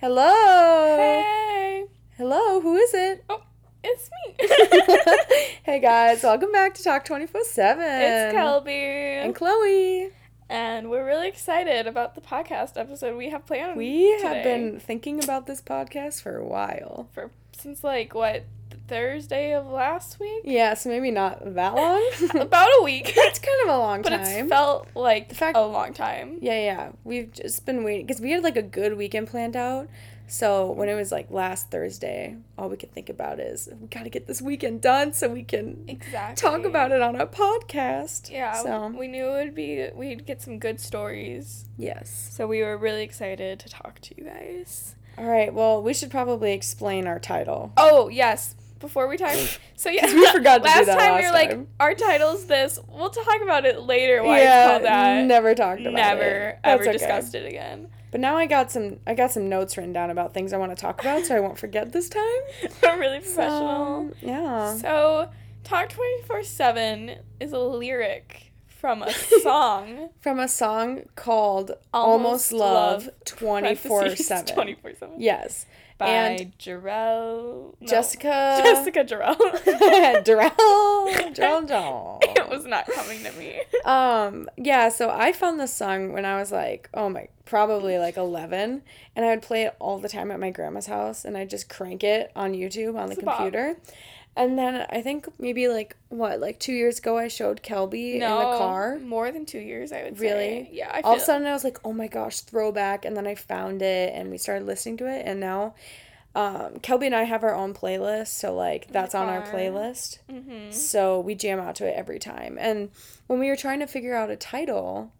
Hello. Hey. Hello, who is it? Oh, it's me. hey guys, welcome back to Talk 24 7. it's Kelby. And And, Chloe. we're really excited about the podcast episode we have planned. We have today. been thinking about this podcast for a while. for since like what Thursday of last week? Yeah, so maybe not that long. About a week. That's kind of a long but time. it's felt like The fact- a long time. yeah, yeah. We've just been waiting because we had like a good weekend planned out. So when it was like last Thursday, all we could think about is we got to get this weekend done so we can Exactly. talk about it on a podcast. Yeah, So, we knew it would be we'd get some good stories. yes. So we were really excited to talk to you guys. All right. Well, we should probably explain our title. Oh, yes. Before we time so yeah, 'Cause we forgot to do last that time last we were like time. our title's this. We'll talk about it later. Why it's called that? never talked about it. Never That's ever okay. discussed it again. But now I got some. I got some notes written down about things I want to talk about, so I won't forget this time. I'm really professional. So, uh. yeah. So, Talk 24 7 is a lyric from a song. From a song called "Almost, Almost Love" Love, twenty four seven. 24 7. Yes, By and- Jarell. no, Jessica. Jessica Jarell. Darrell. Darrell Jones. it was not coming to me. um yeah so i found this song when i was like oh my probably like 11 and i would play it all the time at my grandma's house and i'd just crank it on youtube on the It's a bop. computer and then i think maybe like what like two years ago i showed kelby no. in the car More than two years, I would say. Really? Yeah. I feel, all of a sudden i was like oh my gosh throwback and then i found it and we started listening to it and now um, kelby and i have our own playlist so like that's on our car. playlist Mhm. so we jam out to it every time. And when we were trying to figure out a title,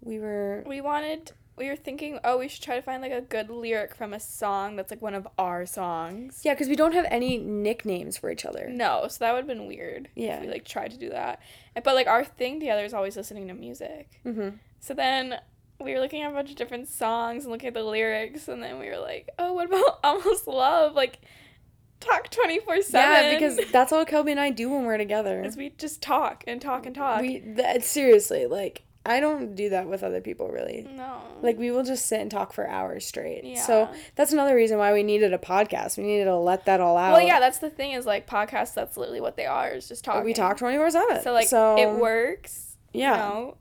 we were We wanted. We were thinking, oh, we should try to find like a good lyric from a song that's like one of our songs. yeah, because we don't have any nicknames for each other. No, so that would have been weird. Yeah. If we like tried to do that. And- But like our thing together is always listening to music. hmm So then we were looking at a bunch of different songs and looking at the lyrics and then we were like, Oh, what about Almost Love? Like talk twenty four seven. Yeah, because that's all Kelby and I do when we're together. is we just talk and talk and talk. We that, seriously like I don't do that with other people really. no. Like we will just sit and talk for hours straight. Yeah. So that's another reason why we needed a podcast. We needed to let that all out. Well yeah, that's the thing is like podcasts that's literally what they are, is just talking. we talk twenty four seven. So like it works. Yeah. You know?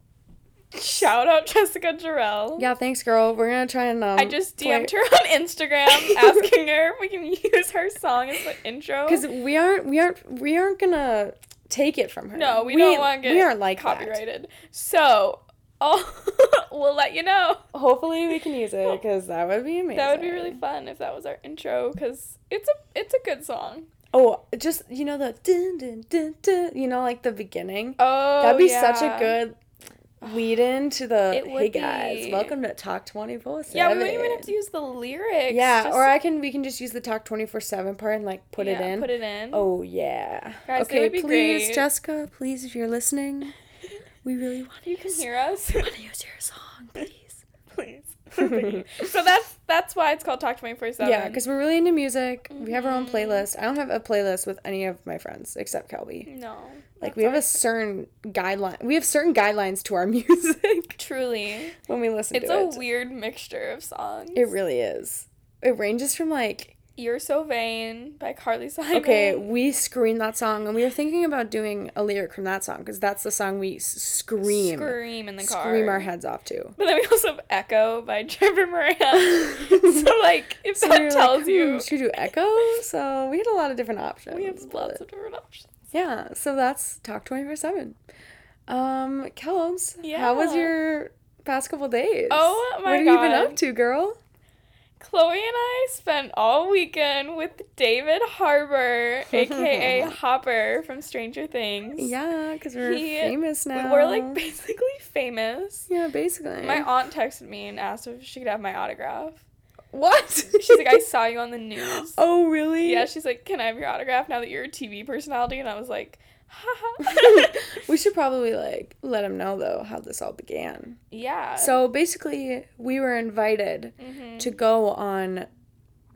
Shout out Jessica Jarrell. Yeah. Thanks, girl. We're gonna try and um, I just play- DM'd her on Instagram asking her if we can use her song as the intro. because we aren't we aren't we aren't gonna take it from her. no, we, don't want to get we aren't like that. copyrighted. So, oh, we'll let you know. Hopefully, we can use it because that would be amazing. Oh. That would be really fun if that was our intro because it's a it's a good song. Oh, just you know the dun, dun, dun, dun, you know like the beginning. Oh, That'd be such a yeah. good lead in to the It would hey guys, be. welcome to Talk Twenty Four Yeah, Seven. we don't even have to use the lyrics. Yeah, just- or I can we can just use the Talk Twenty Four Seven part and like put it yeah, in. Put it in. Oh yeah. Guys, it okay, would be please, great. Jessica, please, if you're listening, we really want you can hear us. to use your song, please. Please. so that's that's why it's called Talk Twenty Four Seven. Yeah, because we're really into music. We have our Mm-hmm. own playlist. I don't have a playlist with any of my friends except Kelby. no, Like that's we have our- a certain guideline. We have certain guidelines to our music truly. when we listen It's to a it. weird mixture of songs. it really is. It ranges from like You're So Vain by Carly Simon. okay, we scream that song, and we were thinking about doing a lyric from that song because that's the song we s- scream, scream, Scream in the car. our heads off to. But then we also have Echo by Trevor Moran. so, like, if that tells you, "Hmm, should we do echo? So we had a lot of different options. we have "Hmm, but- lots of different options. Yeah, so that's Talk 24 7. Um, Kelbs, how was Yeah. your past couple days? Oh my What have you been God. up to, girl? Chloe and I spent all weekend with David Harbour, aka Hopper from Stranger Things. Yeah, because we're He- famous We now. were, like, basically famous. yeah, basically. My aunt texted me and asked if she could have my autograph. what? She's like, I saw you on the news. Oh, really? Yeah, she's like, Can I have your autograph now that you're a TV personality? And I was like, Haha. we should probably like let him know though how this all began. yeah. Mm-hmm. So basically, we were invited Mhm. to go on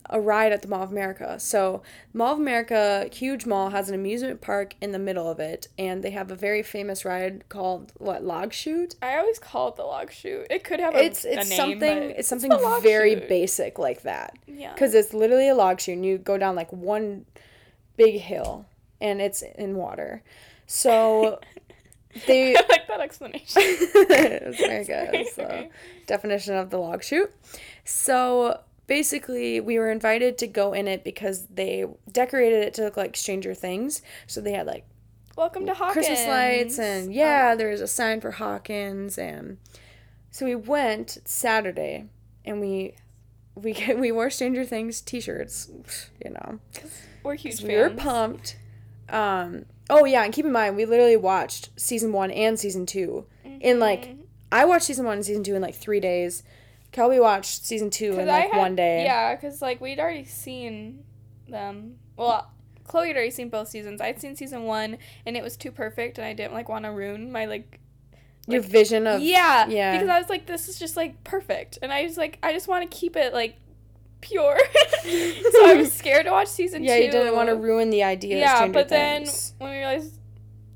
a ride at the Mall of America. So, Mall of America, huge mall, has an amusement park in the middle of it, and they have a very famous ride called what log shoot. I always call it the log shoot. It could have a, It's a it's name, something but it's something the log very shoot. basic like that yeah. because it's literally a log shoot, and you go down like one big hill, and it's in water. So they I like that explanation. it's very good. It's So, very- definition of the log shoot. So, basically, we were invited to go in it because they decorated it to look like Stranger Things. So, they had like Welcome to Hawkins. Oh. Christmas lights, and yeah, there was a sign for Hawkins. And so, we went Saturday and we. We, we wore Stranger Things t-shirts, you know. we're huge fans. We were pumped. Um, oh yeah, and keep in mind we literally watched season one and season 2 Mm-hmm. in like I watched season one and season two in like three days. Kelby watched season two in Cause like I had- one day. Yeah, because like we'd already seen them. Well, Chloe had already seen both seasons. I'd seen season one, and it was too perfect, and I didn't like want to ruin my like. Your vision of yeah, yeah. Because I was like, this is just like perfect, and I was like, I just want to keep it like pure. so I was scared to watch season yeah, two. you didn't want to ruin the idea. of Yeah, Stranger but then Things. when we realized,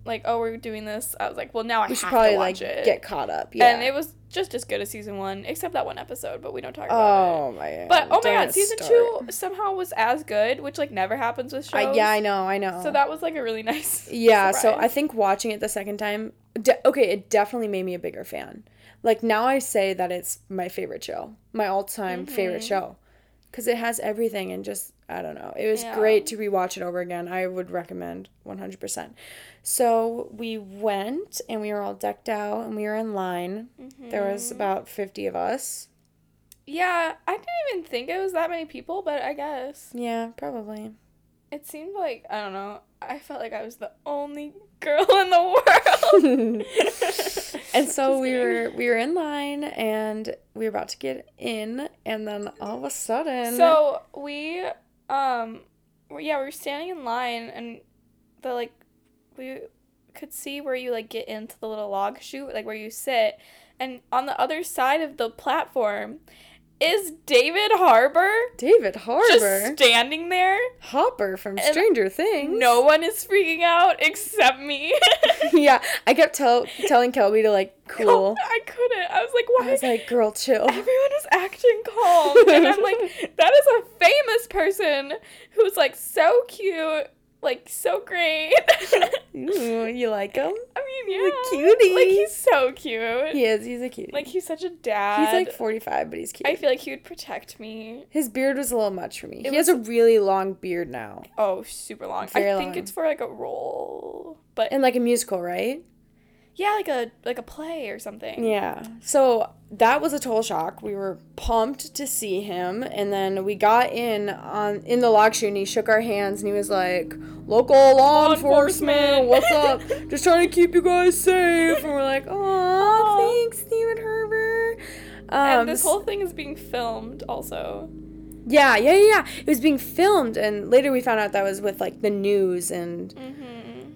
like, oh, we're doing this, I was like, well, now I we have should probably to like watch it. get caught up. Yeah. And it was just as good as season one, except that one episode, but we don't talk about it. oh my. But oh my don't god, season start. two somehow was as good, which like never happens with I, shows. yeah, I know. I know. So that was like a really nice. Yeah, so I surprise. think watching it the second time, de- okay, it definitely made me a bigger fan. Like now I say that it's my favorite show, my all-time favorite Mhm. show, because it has everything and just I don't know. It was Yeah. great to rewatch it over again. I would recommend one hundred percent. So we went and we were all decked out and we were in line. There was Mhm. about fifty of us. Yeah, I didn't even think it was that many people, but I guess Yeah, probably. it seemed like I don't know. I felt like I was the only girl in the world. and so Just we kidding. were we were in line and we were about to get in and then all of a sudden So we, um, were- yeah, we were standing in line, and the like, we could see where you like get into the little log chute, like where you sit, and on the other side of the platform is David Harbor, David just Harbour standing there. Hopper from And- Stranger Things. No one is freaking out except me. yeah, I kept tell, telling Kelby to like cool. I couldn't. I was like, I why? was like, girl, chill. Everyone is acting calm. And I'm like, that is a famous person who's like so cute, like so great. Ooh, you like him? I mean, yeah. He's a cutie. Like, he's so cute. He is. He's a cutie. Like, Like, he's such a dad. he's like 45, but he's cute. I feel like he would protect me. His beard was a little much for me. It he has a really long beard now. Oh, super long. Very I think long. it's for like a role. But And like a musical, right? yeah, like a like a play or something. Yeah. So that was a total shock. We were pumped to see him, and then we got in on in the log chute, and he shook our hands, and he was like, "Local law, Law enforcement, enforcement." what's up? Just trying to keep you guys safe." And we're like, "Oh, Aw. thanks, Steven Herbert." Um, And this whole thing is being filmed also. yeah, yeah, yeah, yeah. It was being filmed, and later we found out that was with like the news and Mm-hmm.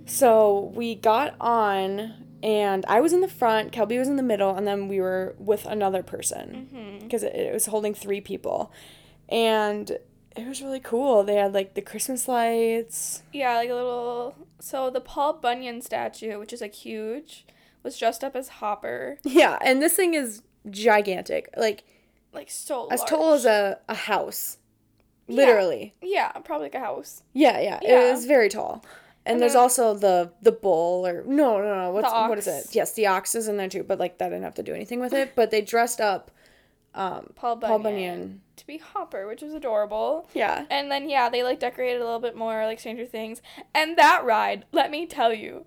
So we got on, and I was in the front, Kelby was in the middle, and then we were with another person Mm-hmm. because it, it was holding three people. And it was really cool. They had like the Christmas lights. Yeah, like a little. So the Paul Bunyan statue, which is like huge, was dressed up as Hopper, Yeah, and this thing is gigantic like like so large. as tall as a, a house. Yeah. Literally. Yeah, probably like a house. Yeah, yeah. It Yeah. is very tall. And, And there's then- also the the bull or no no no what's The what is ox. it? Yes, the ox is in there too, but like that didn't have to do anything with it. But they dressed up um Paul Bunyan, Paul Bunyan. to be Hopper, which was adorable. Yeah. And then yeah, they like decorated a little bit more, like Stranger Things. And that ride, let me tell you,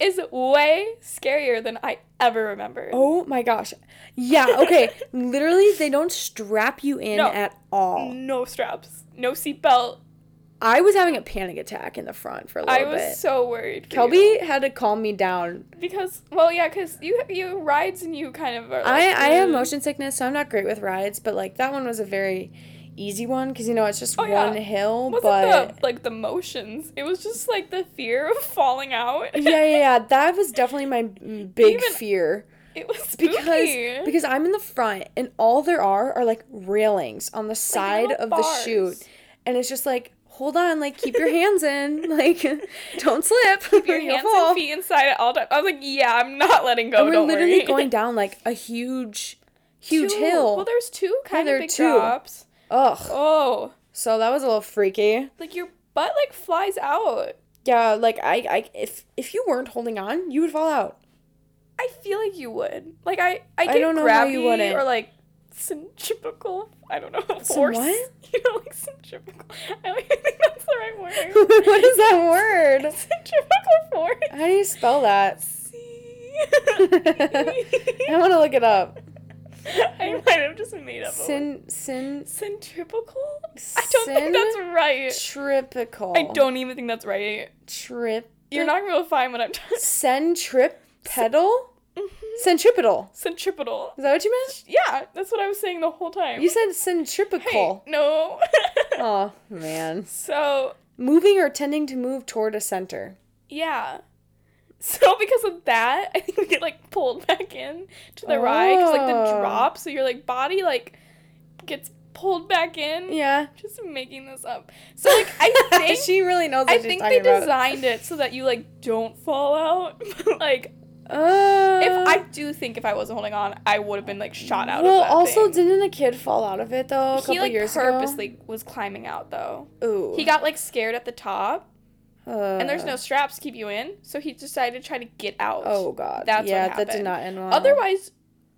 is way scarier than I ever remembered. Oh my gosh. Yeah, okay. Literally, they don't strap you in No. at all. No straps, no seatbelt. I was having a panic attack in the front for a I little was bit. so worried. for you. Kelby had to calm me down. because well, yeah, because you you rides and you kind of are. Like, I, I have "Ugh." motion sickness, so I'm not great with rides, but like that one was a very easy one because you know it's just Oh, one yeah. hill, wasn't but. the like the motions. It was just like the fear of falling out. yeah, yeah, yeah. That was definitely my m- big Even- fear. It was spooky. because because I'm in the front and all there are are like railings on the side little of the shoot, bars. and it's just like hold on, like keep your hands in, like don't slip, Keep or your you'll hands fall. and feet inside at all times. I was like, yeah, I'm not letting go. And we're don't literally worry. going down like a huge, huge Two- hill. Well, there's two kind there of are big two. drops. Ugh. Oh, So that was a little freaky. like your butt like flies out. Yeah, like I, I if if you weren't holding on, you would fall out. I feel like you would. Like I, I I get don't know grabby how you wouldn't. or like centripetal. I don't know Some force. what? You know, like centripetal. I don't even think that's the right word. what is that word? centripetal force. How do you spell that? C- I want to look it up. I might have just made up. a word. Sin sin Centripetal. I don't think that's right. Tripical. I don't even think that's right. Trip. You're not gonna be able to find what I'm talking. Centripetal? Mhm. Centripetal. Centripetal. Is that what you meant? Yeah, that's what I was saying the whole time. You said centripetal. Hey, no. Oh, man. so Moving or tending to move toward a center. yeah. So because of that, I think we get like pulled back in to the ride because like the Oh. drop, so your like body like gets pulled back in. Yeah. Just making this up. So like I think she really knows what I she's think they talking about. designed it so that you like don't fall out. But, like Oh. if I do think if I wasn't holding on, I would have been like shot out. Well, of that also, thing. didn't a kid fall out of it, though, a couple he like years purposely was climbing out though. ago? Ooh. He got like scared at the top, Uh, and there's no straps to keep you in, so he decided to try to get out. Oh, God. That's what yeah, that did happened. not end well. Otherwise,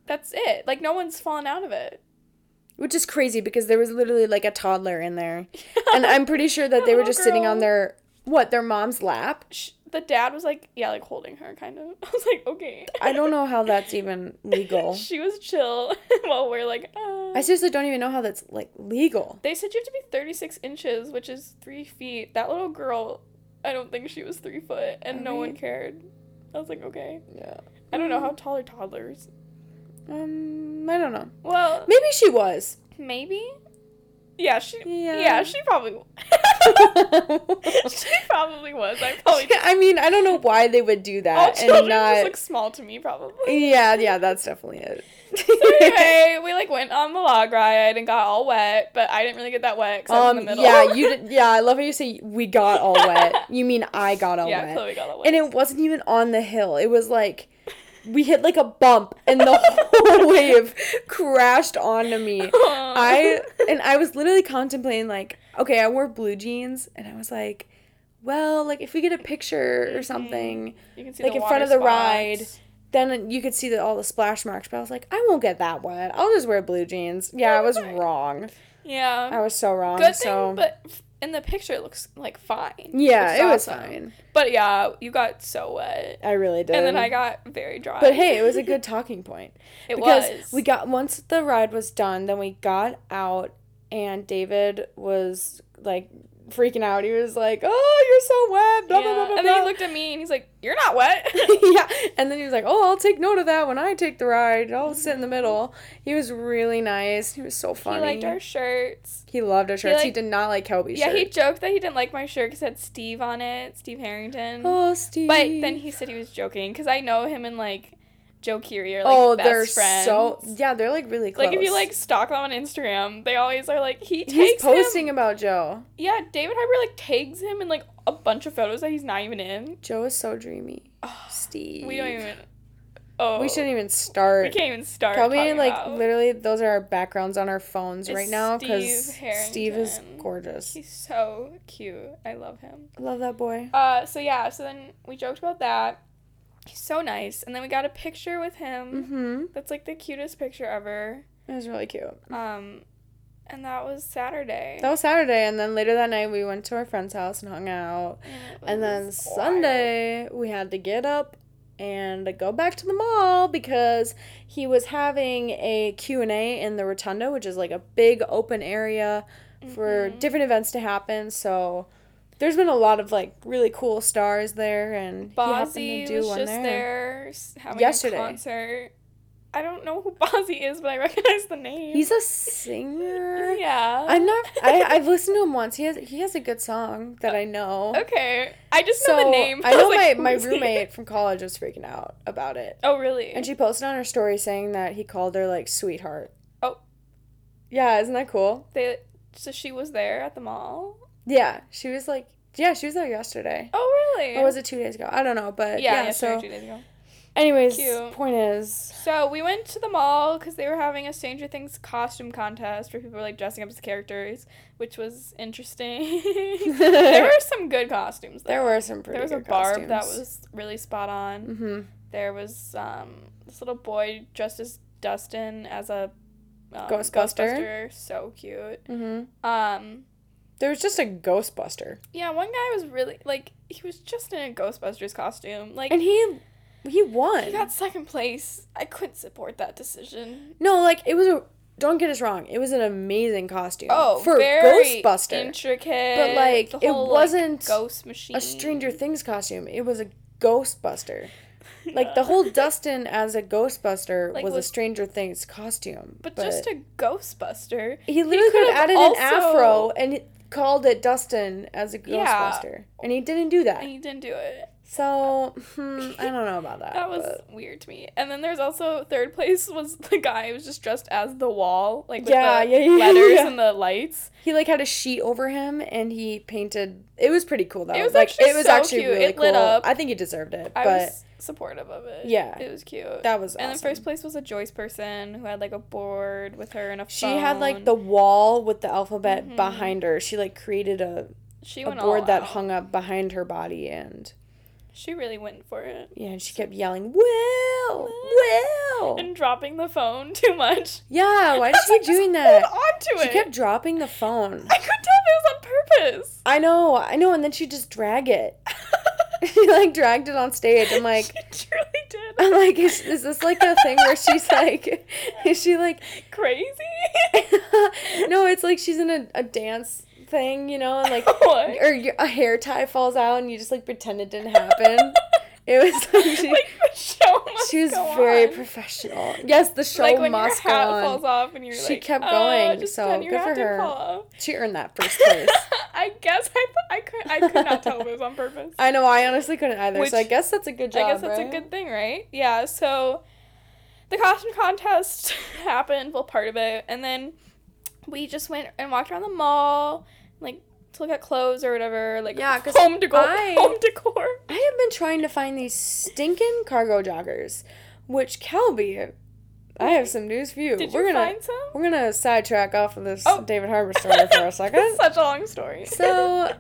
that's it. Like no one's fallen out of it. Which is crazy because there was literally like a toddler in there. and I'm pretty sure that That they were little just sitting on girl. their what their mom's lap. Sh- the dad was like, yeah, like holding her kind of. I was like, okay. I don't know how that's even legal. she was chill while we're like. Uh. I seriously don't even know how that's like legal. They said you have to be 36 inches, which is three feet. That little girl, I don't think she was three foot, and no one Alright. cared. I was like, okay. Yeah. I don't Mm. know how tall are toddlers. Um, I don't know. Well, Maybe she was. maybe. Yeah, she. Yeah. Yeah, she probably. she probably was. I probably. I mean, I don't know why they would do Oh, all that and children just not. look small to me, probably. Yeah, yeah, that's definitely So it. anyway, we like went on the log ride and got all wet, but I didn't really get that wet because I was in um, the middle. yeah, you did. Yeah, I love how you say we got all wet. You mean I got all yeah, wet. Chloe got all wet. and it wasn't even on the hill. It was like we hit like a bump and the whole wave crashed onto me. Aw. I and I was literally contemplating like, okay, I wore blue jeans and I was like, well, like if we get a picture Mm-hmm. or something, you can see like, the in front water of the ride. spots. then you could see the, all the splash marks, but I was like, I won't get that wet. I'll just wear blue jeans. Yeah, I was wrong. Yeah. I was so wrong. Good Um, so thing, but f- in the picture it looks like fine. yeah, It's it was awesome. fine. But yeah, you got so wet, I really did. and then I got very dry. But hey, it was a good talking point. it because was. we got once the ride was done, then we got out and David was like freaking out. He was like, "Oh, you're so wet." Blah Yeah. blah blah blah. and then he blah. looked at me and he's like, "You're not wet." yeah, and then he was like, "Oh, I'll take note of that when I take the ride. I'll sit in the middle." He was really nice. He was so he funny. liked our shirts. He loved our shirts. He, liked- did not like Kelby's Yeah, shirt. he joked that he didn't like my shirt because it had Steve on it, Steve Harrington. Oh, Steve. But then he said he was joking because I know him and like Joe Keery are like oh, best they're friends. so yeah, they're like really close. like if you like stalk them on Instagram, they always are like he takes he's him posting about Joe. Yeah, David Harbour like tags him in like a bunch of photos that he's not even in. Joe is so dreamy. Steve. We Oh, don't even. Oh, We shouldn't even We start. can't even start. Probably talking like about- literally those are our backgrounds on our phones It's right now because Steve Steve is Harrington. gorgeous. He's so cute. I love him. Love that boy. Uh, so yeah, so then we joked about that. He's so nice, and then we got a picture with him. Mm-hmm. That's like the cutest picture ever. It was really cute. Um, and that was Saturday. That was Saturday, and then later that night we went to our friend's house and hung out. and, it And then was Sunday we had to get up and go back to the mall because he was having a Q&A in the rotunda, which is like a big open area wild. for Mhm. different events to happen. So there's been a lot of like really cool stars there, and he happened Bozzy to do was one just there. there, s having Yesterday. a concert. I don't know who Bozzy is, but I recognize the name. He's a singer. yeah. I'm not. I I've listened to him once. He has he has a good song that I know. okay. I just So know the name. I know was like, my, my who's he? roommate from college was freaking out about it, Oh really? and she posted on her story saying that he called her like sweetheart. Oh. Yeah, isn't that cool? they so she was there at the mall. Yeah, she was like, yeah, she was there yesterday. Oh really? Or was it two days ago? I don't know, but Yeah. yeah. yeah so, two days ago. anyways, Cute. point is, So we went to the mall because they were having a Stranger Things costume contest where people were like dressing up as characters, which was interesting. there were some good costumes. Though. there were some pretty. there was a good barb that costumes. was really spot on. Mhm. There was um, this little boy dressed as Dustin as a um, Ghostbuster. Ghostbuster. So cute. Mhm. Um, There was just a Ghostbuster, yeah, one guy was really like he was just in a Ghostbusters costume. Like and he, he he won. got second place. I couldn't support that decision. No, like it was a. Don't get us wrong. It was an amazing costume. Oh, for very Ghostbuster, intricate. but like the it whole, like, wasn't ghost machine. a Stranger Things costume. It was a Ghostbuster. Like the whole Dustin as a Ghostbuster Like, was, a was- Stranger Things costume. But, just a Ghostbuster. he literally could could've have added also- an afro and it called it Dustin as a Yeah. Ghostbuster, and he didn't do And that. he didn't do it. So hmm, I don't know about that. That was but- weird to me. And then there's also third place was the guy who was just dressed as the wall, like with Yeah, the yeah, yeah, letters yeah. and the lights. he like had a sheet over him and he painted. It was pretty cool though. It was like actually it was so actually cute. really It cool. lit up. I think he deserved it, I but was supportive of it. Yeah. it was cute. that was awesome. And then first place was a Joyce person who had like a board with her and a She had like phone. the wall with the alphabet Mhm. behind her. She like created a, she a went all board that out. hung up behind her body and She really went for it. yeah, and she kept yelling, Will! Will! And dropping the phone too much. yeah, Oh. why did I she keep just doing that? Hold on to She it. kept dropping the phone. I could tell if it was on purpose. I know, I know, and then she'd just drag it. she like dragged it on stage. I'm like she truly did. I'm like, is, is this like a thing where she's like is she like crazy. no, it's like she's in a, a dance thing, you know, and like What? or your, a hair tie falls out and you just like pretend it didn't happen. it was like she, like the show must she was go very on. professional. Yes, the show like when must your go hat on. falls off and you're She like, kept "Uh, going, just so pretend your good hat for didn't her. fall off." She earned that first place. I guess I, I could I could not tell if it was on purpose. I, I know. I honestly couldn't either. Which- so I guess that's a good job. guess that's right? a good thing, right? Yeah. So the costume contest happened, well, part of it, and then we just went and walked around the mall, like to look at clothes or whatever, like Yeah, 'cause home decor, I- home decor. I have been trying to find these stinking cargo joggers, which Calby, I have some news for you. Did we're you gonna find some? we're gonna sidetrack off of this Oh. David Harbour story for a second. Such a long story. So,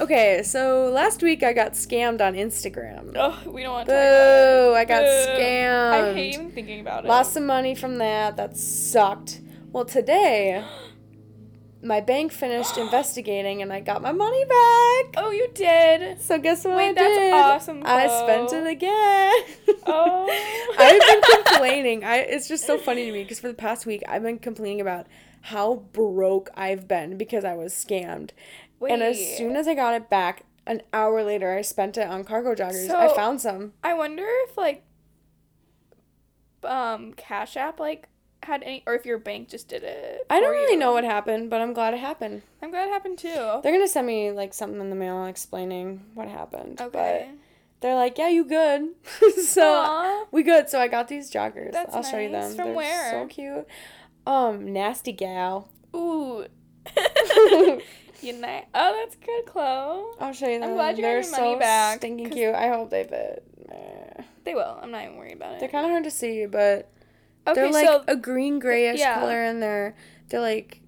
okay, so last week I got scammed on Instagram. oh, we don't want to. talk about it. Boo! I got Boo. scammed. I hate even thinking about it. Lost some money from that. That sucked. Well, today, my bank finished investigating and I got my money back. Oh, you did. So guess what I Wait, that's did? awesome, I Chloe. spent it again. Oh. I've been complaining. I it's just so funny to me because for the past week I've been complaining about how broke I've been because I was scammed. And as Wait. soon as I got it back, an hour later, I spent it on cargo joggers. So- I found some. I wonder if like um Cash App like had any or if your bank just did it. I don't for really you. know what happened, but I'm glad it happened. I'm glad it happened too. They're gonna send me like something in the mail explaining what happened. okay. But they're like, "Yeah, you good?" so Aw. we good. So I got these joggers. That's I'll show you nice. them. From They're where? so cute. Um, nasty gal. Ooh. you nice. Oh, that's good, Chloe. I'll show you them. I'm glad you got They're your money so back, Stinking 'cause- cute. I hope they fit. Eh. They will. I'm not even worried about it. They're kind of hard to see, but okay, they're like so a green grayish yeah. color in there. They're like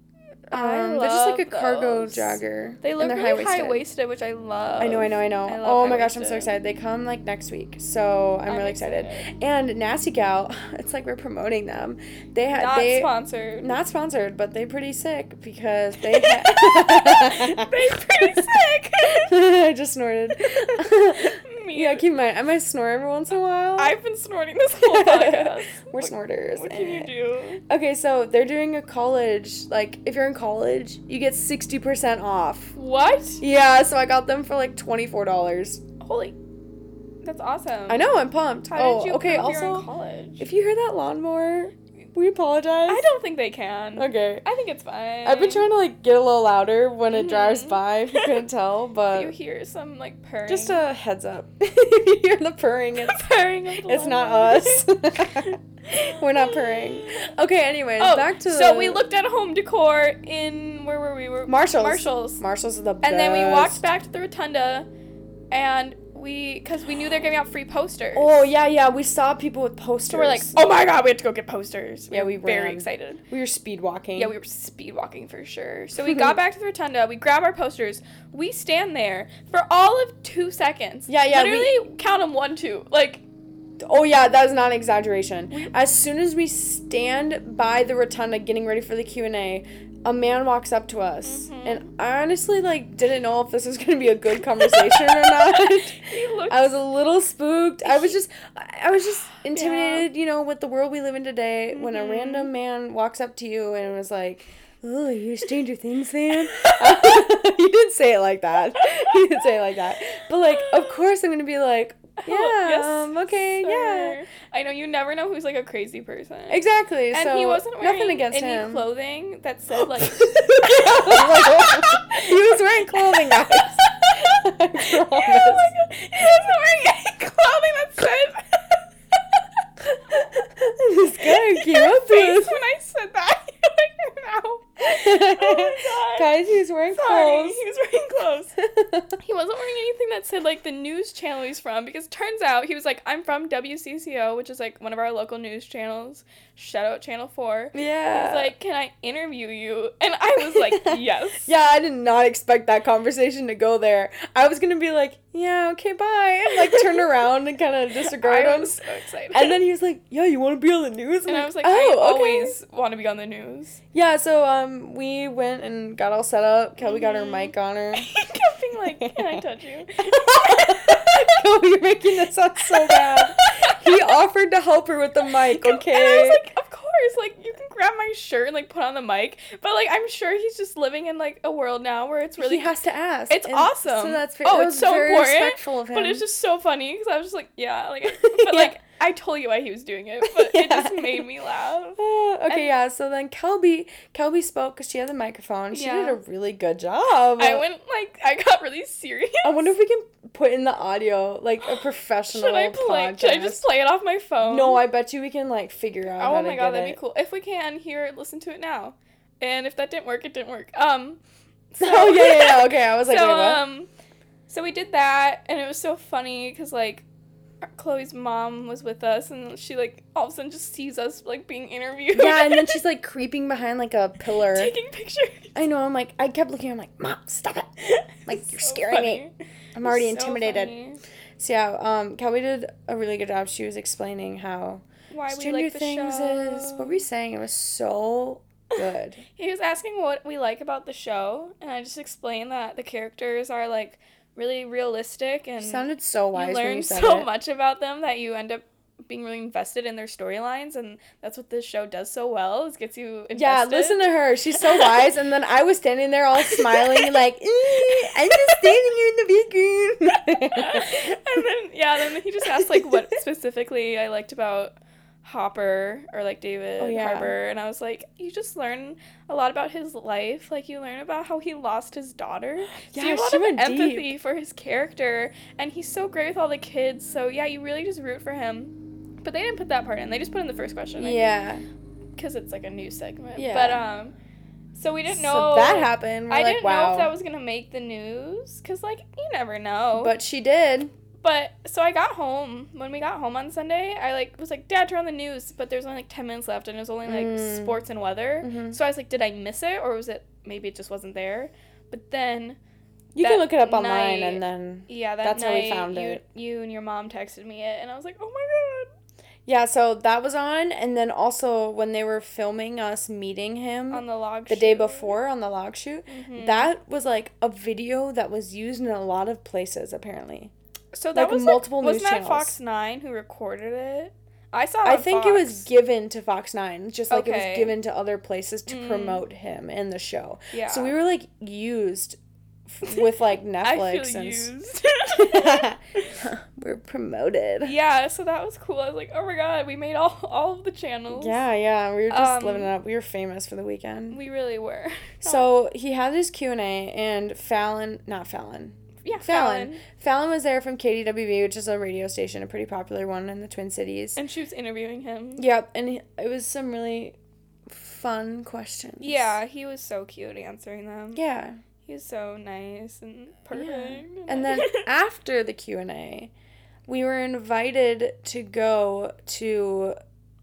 I um, they're just like a love cargo those. jogger. they and look they're really high-waisted. high waisted, which I love. I know, I know, I know. I love oh my gosh, I'm so high-waisted. excited. They come like next week, so I'm, I'm really excited. Uh, And Nasty Gal, it's like we're promoting them. They had Not they sponsored. not sponsored, but they pretty sick because they. Ha- they pretty sick. I just snorted. Me. yeah, keep in mind, I might snore every once in a while. I've been snorting this whole podcast. We're snorters. What can you do? Okay, so they're doing a college like if you're in college, you get sixty percent off. What? Yeah, so I got them for like twenty four dollars. Holy That's awesome. I know, I'm pumped. How oh, did you okay. prove you were in Also, college? if you hear that lawnmower, we apologize. I don't think they can. Okay. I think it's fine. I've been trying to like get a little louder when it drives Mhm. by. If you couldn't tell, But you but hear some like purring. Uh, just a heads up. if you hear the purring, it's purring. Of the it's not lemon. us. We're not purring. Okay. Anyways, Oh, back to so the- we looked at home decor in where were we? We're, Marshalls. Marshalls. Marshalls is the best. And then we walked back to the rotunda, and we because we knew they're giving out free posters. Oh yeah, yeah. We saw people with posters. So we're like, oh my god, we have to go get posters. Yeah, were we very ran. excited. we were speed walking. Yeah, we were speed walking for sure. So we got back to the rotunda. We grab our posters. We stand there for all of two seconds. Yeah, yeah, we- Literally count them one, two. Like Oh yeah, that is not an exaggeration. As soon as we stand by the rotunda getting ready for the Q and A, a man walks up to us, and I honestly like didn't know if this was gonna be a good conversation or not. he looked. I was a little spooked. I was just, I I was just intimidated, you know, with the world we live in today. When a Mm-hmm. random man walks up to you and was like, "Oh, you're a Stranger Things fan," you didn't say it like that. You didn't say it like that. But like, of course, I'm gonna be like, "Yeah, yes, um, okay, yeah." sir. I know you never know who's like a crazy person. Exactly. And so he wasn't wearing nothing against any him. clothing that said like. he was wearing clothing, guys. I promise. Oh my God. He wasn't wearing any clothing that said. This guy came Your up to face us. when I said that. You're like, no. Oh my God. Guys, he was wearing Sorry, clothes. he was wearing clothes. He wasn't wearing anything that said like the news channel he's from because turns out he was like, I'm from WCCO, which is like one of our local news channels. Shout out Channel 4. yeah. He's like, Can I interview you? And I was like, Yes. Yeah, I did not expect that conversation to go there. I was gonna be like, yeah, okay, bye, and like turn around and kind of disregard I him. was so excited. And then he was like, yeah, you want to be on the news? I'm and I was like, I "Oh, okay." always want to be on the news. Yeah, so um, we went and got all set up. Kelly got her Mhm. mic on her. he kept being like, Can I touch you? Kelly, you're making this sound so bad. He offered to help her with the mic. Okay. And I was like, of course, like you can grab my shirt and like put on the mic, but like I'm sure he's just living in like a world now where it's really he has to ask. It's and awesome. So that's very, Oh, that it's was so very important, respectful of him. But it's just so funny because I was just like, yeah, like, but like I told you why he was doing it, but it just Yeah. made me laugh. Ah, okay, and- yeah. So then Kelby, Kelby spoke because she had the microphone. She did Yeah. a really good job. I went like I got really serious. I wonder if we can put in the audio like a professional should I play? podcast. Should I just play it off my phone? No, I bet you we can like figure out. Oh how my to get god, that'd be it. cool. If we can hear it, listen to it now. And if that didn't work, it didn't work. Um. So, oh yeah, yeah, yeah. Okay, I was like, so wait, what? um, so we did that, and it was so funny because like. Chloe's mom was with us, and she like all of a sudden just sees us like being interviewed. yeah, and then she's like creeping behind like a pillar. taking pictures. I know. I'm like, I kept looking. I'm like, Mom, stop it! Like you're So scaring me. funny. I'm already So intimidated. funny. So yeah, um, Kelby did a really good job. She was explaining how Why Stranger we like the Things show. is. What were you saying? It was so good. He was asking what we like about the show, and I just explained that the characters are like really realistic and You sounded so wise you when you learn said so it. much about them that you end up being really invested in their storylines, and that's what this show does so well. Is gets you invested. Yeah, listen to her. She's so wise. And then I was standing there all smiling, like, "Eh, I'm just standing here in the big room. and then yeah, then he just asked like what specifically I liked about Hopper or like David Oh, yeah. Harbour, and I was like, you just learn a lot about his life. Like you learn about how he lost his daughter. so Yeah, you have a lot she of went deep. empathy for his character, and he's so great with all the kids. So yeah, you really just root for him. But they didn't put that part in. They just put in the first question. yeah. Because it's like a new segment. Yeah. But um, so we didn't know So that happened. We're I like, didn't wow. know if that was gonna make the news. Cause like you never know. But she did. But so I got home. When we got home on Sunday, I like was like, Dad, turn on the news. But there's only like ten minutes left, and it was only like Mm. sports and weather. Mhm. So I was like, Did I miss it, or was it maybe it just wasn't there? But then, You can That look it up online night- and then. yeah, that That's how we night found you, it. you and your mom texted me it, and I was like, Oh my Yeah, so that was on. And then also when they were filming us meeting him god! On the log. Mm-hmm. the day shoot. before on the log shoot, Mhm. that was like a video that was used in a lot of places, apparently. so that like, was multiple like, news wasn't that channels. Fox Nine who recorded it? I saw. it I on think it was Fox. given to Fox Nine, just like it Okay. was given to other places to Mm. promote him in the show. Yeah. So we were like used f- with like I feel Netflix and s- used. We're promoted. Yeah, so that was cool. I was like, oh my god, we made all all of the channels. Yeah, yeah, we were just Um, living it up. We were famous for the weekend. we really were. So he had his Q and A, and Fallon, not Fallon, yeah, Fallon. Fallon. Fallon was there from KDWB, which is a radio station, a pretty popular one in the Twin Cities. and she was interviewing him. Yep, and he- it was some really fun questions. Yeah, he was so cute answering them. yeah. He was so nice and perfect. And then after the Q and A, we were invited to go to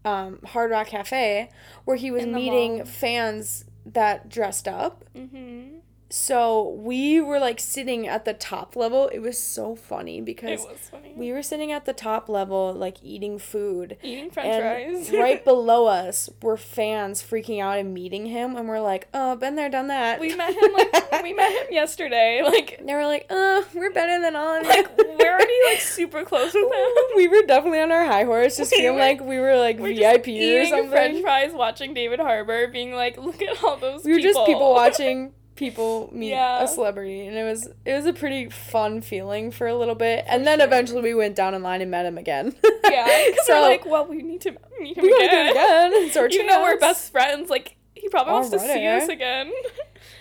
um, Hard Rock Cafe, where he was In the meeting mall. fans that dressed up. mm-hmm. So we were like sitting at the top level. It was so funny it because was funny. we were sitting at the top level, like eating food. eating French And fries. right below us were fans freaking out and meeting him, and we're like, "Oh, been there, done that." we met him like we met him yesterday. Like And they were like, "Uh, we're better than all of you." like we're already like super close with him. we were definitely on our high horse, just We feeling were- like we were like We're just VIP or eating French something. fries, watching David Harbour, being like, "Look at all those." We were just people watching people meet Yeah. a celebrity, and it was it was a pretty fun feeling for a little bit, and then sure. eventually we went down in line and met him again. yeah, because so we're like, "Well, we need to meet him we gotta do it again." again. It's our you know, we're chance. eh? best friends. Like he probably wants to see Alrighty. us again.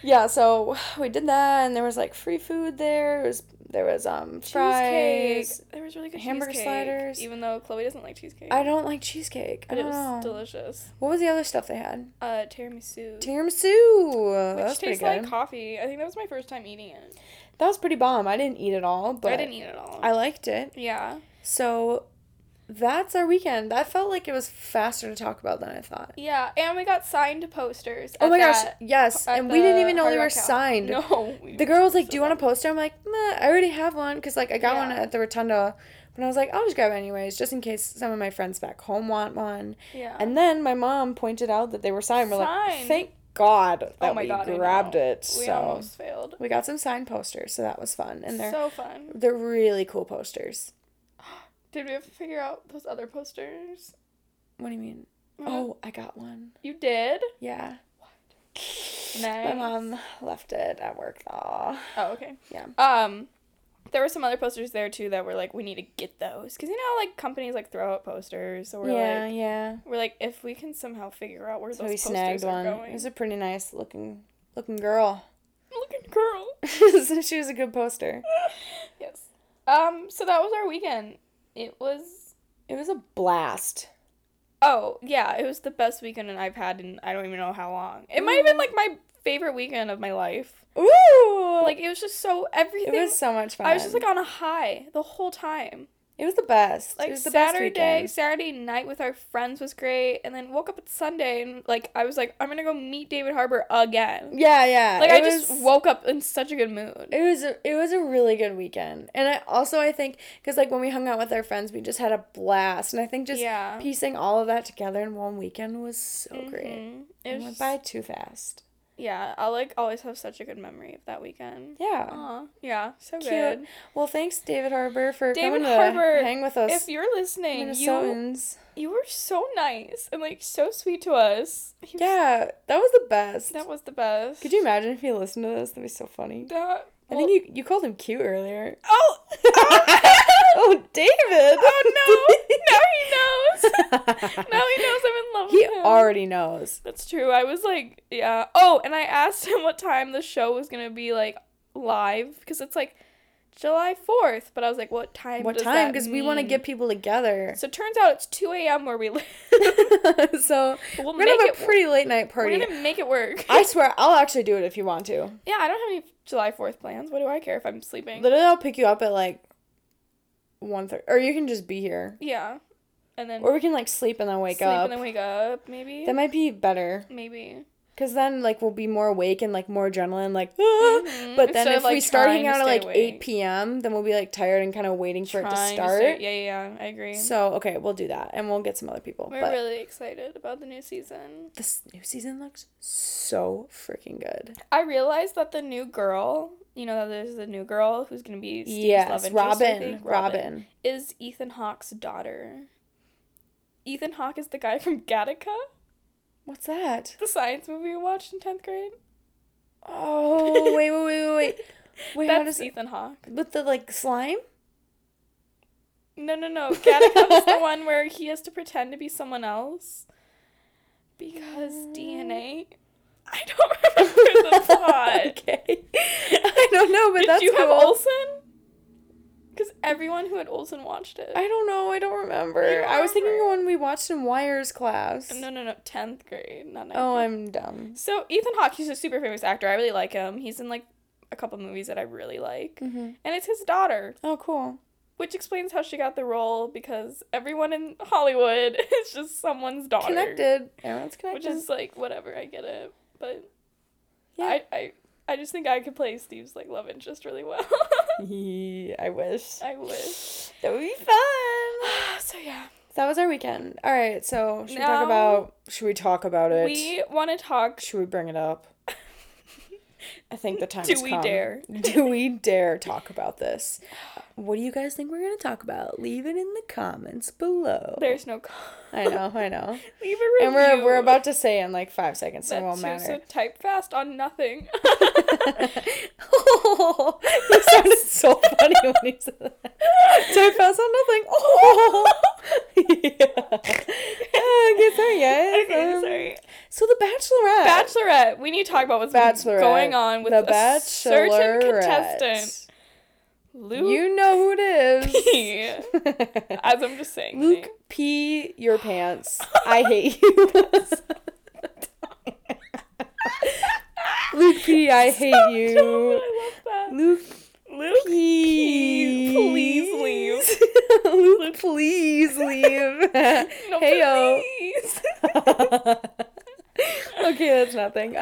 Yeah, so we did that, and there was like free food there. There was there was um fries. Cheesecake. There was really good hamburger cheesecake, sliders. Even though Chloe doesn't like cheesecake, I don't like cheesecake. I but it don't know. was delicious. What was the other stuff they had? Uh, tiramisu. Tiramisu. which that was pretty tastes good. like coffee. I think that was my first time eating it. that was pretty bomb. I didn't eat it all, but I didn't eat it all. I liked it. yeah. So that's our weekend. That felt like it was faster to talk about than I thought. Yeah, and we got signed posters. Oh at my gosh, that- yes. at And we didn't the even know Hard they were Rock Cafe. signed. No. we- The girl was like, so "Do you want a bad. poster?" I'm like, "Nah, I already have one." Cause like I got one Yeah. at the Rotunda, but I was like, "I'll just grab it anyways, just in case some of my friends back home want one." Yeah. And then my mom pointed out that they were signed. We're like, Signed. "Thank God that Oh my we God, I grabbed know. it." we so almost failed. we got some signed posters, so that was fun, and they're So fun. they're really cool posters. Did we have to figure out those other posters? What do you mean? Remember? Oh, I got one. You did? Yeah. My Nice. mom left it at work though. Oh, okay. Yeah. Um, there were some other posters there too that were like, we need to get those because you know, like companies like throw out posters, so we're yeah, like, yeah. we're like, if we can somehow figure out where So those we posters snagged are one. It going. was a pretty nice looking looking girl. Looking girl. so she was a good poster. yes. Um. So that was our weekend. It was. It was a blast. Oh yeah, it was the best weekend I've had in I don't even know how long. It might have been like my favorite weekend of my life. Ooh! Like it was just so everything. it was so much fun. I was just like on a high the whole time. it was the best. Like it was the Saturday, best Saturday night with our friends was great, and then woke up at Sunday and like I was like, I'm gonna go meet David Harbour again. weekend. Yeah, yeah. Like it I just was- woke up in such a good mood. It was a, it was a really good weekend, and I also I think because like when we hung out with our friends, we just had a blast, and I think just yeah, piecing all of that together in one weekend was so great. Mhm. It It was went by too fast. yeah. I like always have such a good memory of that weekend. Yeah. Aw, yeah, so Cute. good. Well, thanks, David Harbour, for David coming Harbour, to hang with us. If you're listening, you Minnesotans. you were so nice and like so sweet to us. He was- yeah, that was the best. that was the best. Could you imagine if he listened to this? That'd be so funny. That, I think you you called him cute earlier. Oh. oh, David! oh no! Now he knows. now he knows I'm in love He with him. already knows. That's true. I was like, yeah. Oh, and I asked him what time the show was gonna be like live because it's like July fourth. But I was like, what time? What does time? that Because we want to mean? get people together. So it turns out it's two a.m. where we live. so we'll we're make gonna it. have a pretty late night we're party. gonna make it work. I swear, I'll actually do it if you want to. yeah, I don't have any July fourth plans. What do I care if I'm sleeping? Literally, I'll pick you up at like one thirty, or you can just be here, yeah, and then or we can like sleep and then wake sleep up. and then wake up. Maybe. that might be better, maybe. cause then like we'll be more awake and like more adrenaline, like. ah. Mhm. But then Instead if of, like, we start trying hanging to out at stay like eight awake. p.m., then we'll be like tired and kind of waiting for it to Trying start. stay- yeah, yeah, yeah. I agree. So okay, we'll do that, and we'll get some other people. We're but really excited about the new season. this new season looks so freaking good. I realized that the new girl, you know, that there's the new girl who's gonna be Steve's love yes, interest, I Robin, think, Robin. is Ethan Hawke's daughter. Ethan Hawke is the guy from Gattaca, What's that? the science movie we watched in tenth grade. Oh e wait, wait, wait, wait, wait. Wait, how That's does Ethan Hawke. with the like slime? No, no, no. Catacomb is the one where he has to pretend to be someone else because DNA. I don't remember the plot. okay. I don't know, but Did that's you have cool. Olsen? Because everyone who had Olsen watched it. I don't know. I don't remember. You don't I was thinking remember. when we watched in Wires class. No, no, no. Tenth grade, not ninth. Oh, grade. I'm dumb. So Ethan Hawke, he's a super famous actor. I really like him. He's in like a couple movies that I really like, Mm-hmm. and it's his daughter, Oh, cool. which explains how she got the role because everyone in Hollywood is just someone's daughter. Connected. Everyone's which connected. is like whatever i get it but Yeah. I, I i just think i could play steve's like love interest really well Yeah, I wish. i wish That would be fun. so yeah That was our weekend. All right, so should we Now- talk about? Should we talk about it? we want to talk Should we bring it up? I think the time. do we dare Do we dare talk about this? What do you guys think we're gonna talk about? Leave it in the comments below. there's no co- I know, I know. leave a review And we're we're about to say in like five seconds, so that it won't too, so matter. type fast on nothing oh, that sounded so funny when he said that. Type fast on nothing. Oh, Uh, yeah. Okay, sorry, guys. okay Um, sorry So the Bachelorette. bachelorette we need to talk about what's Bachelorette. going on with the a certain contestant Bachelorette. luke You know who it P. is. as i'm just saying Luke names. pee your pants. I hate you. Luke pee, I hate So you. dumb, I love that. Luke Luke pee. please leave. Luke, please leave. No, hey yo. please. okay, that's nothing. Um,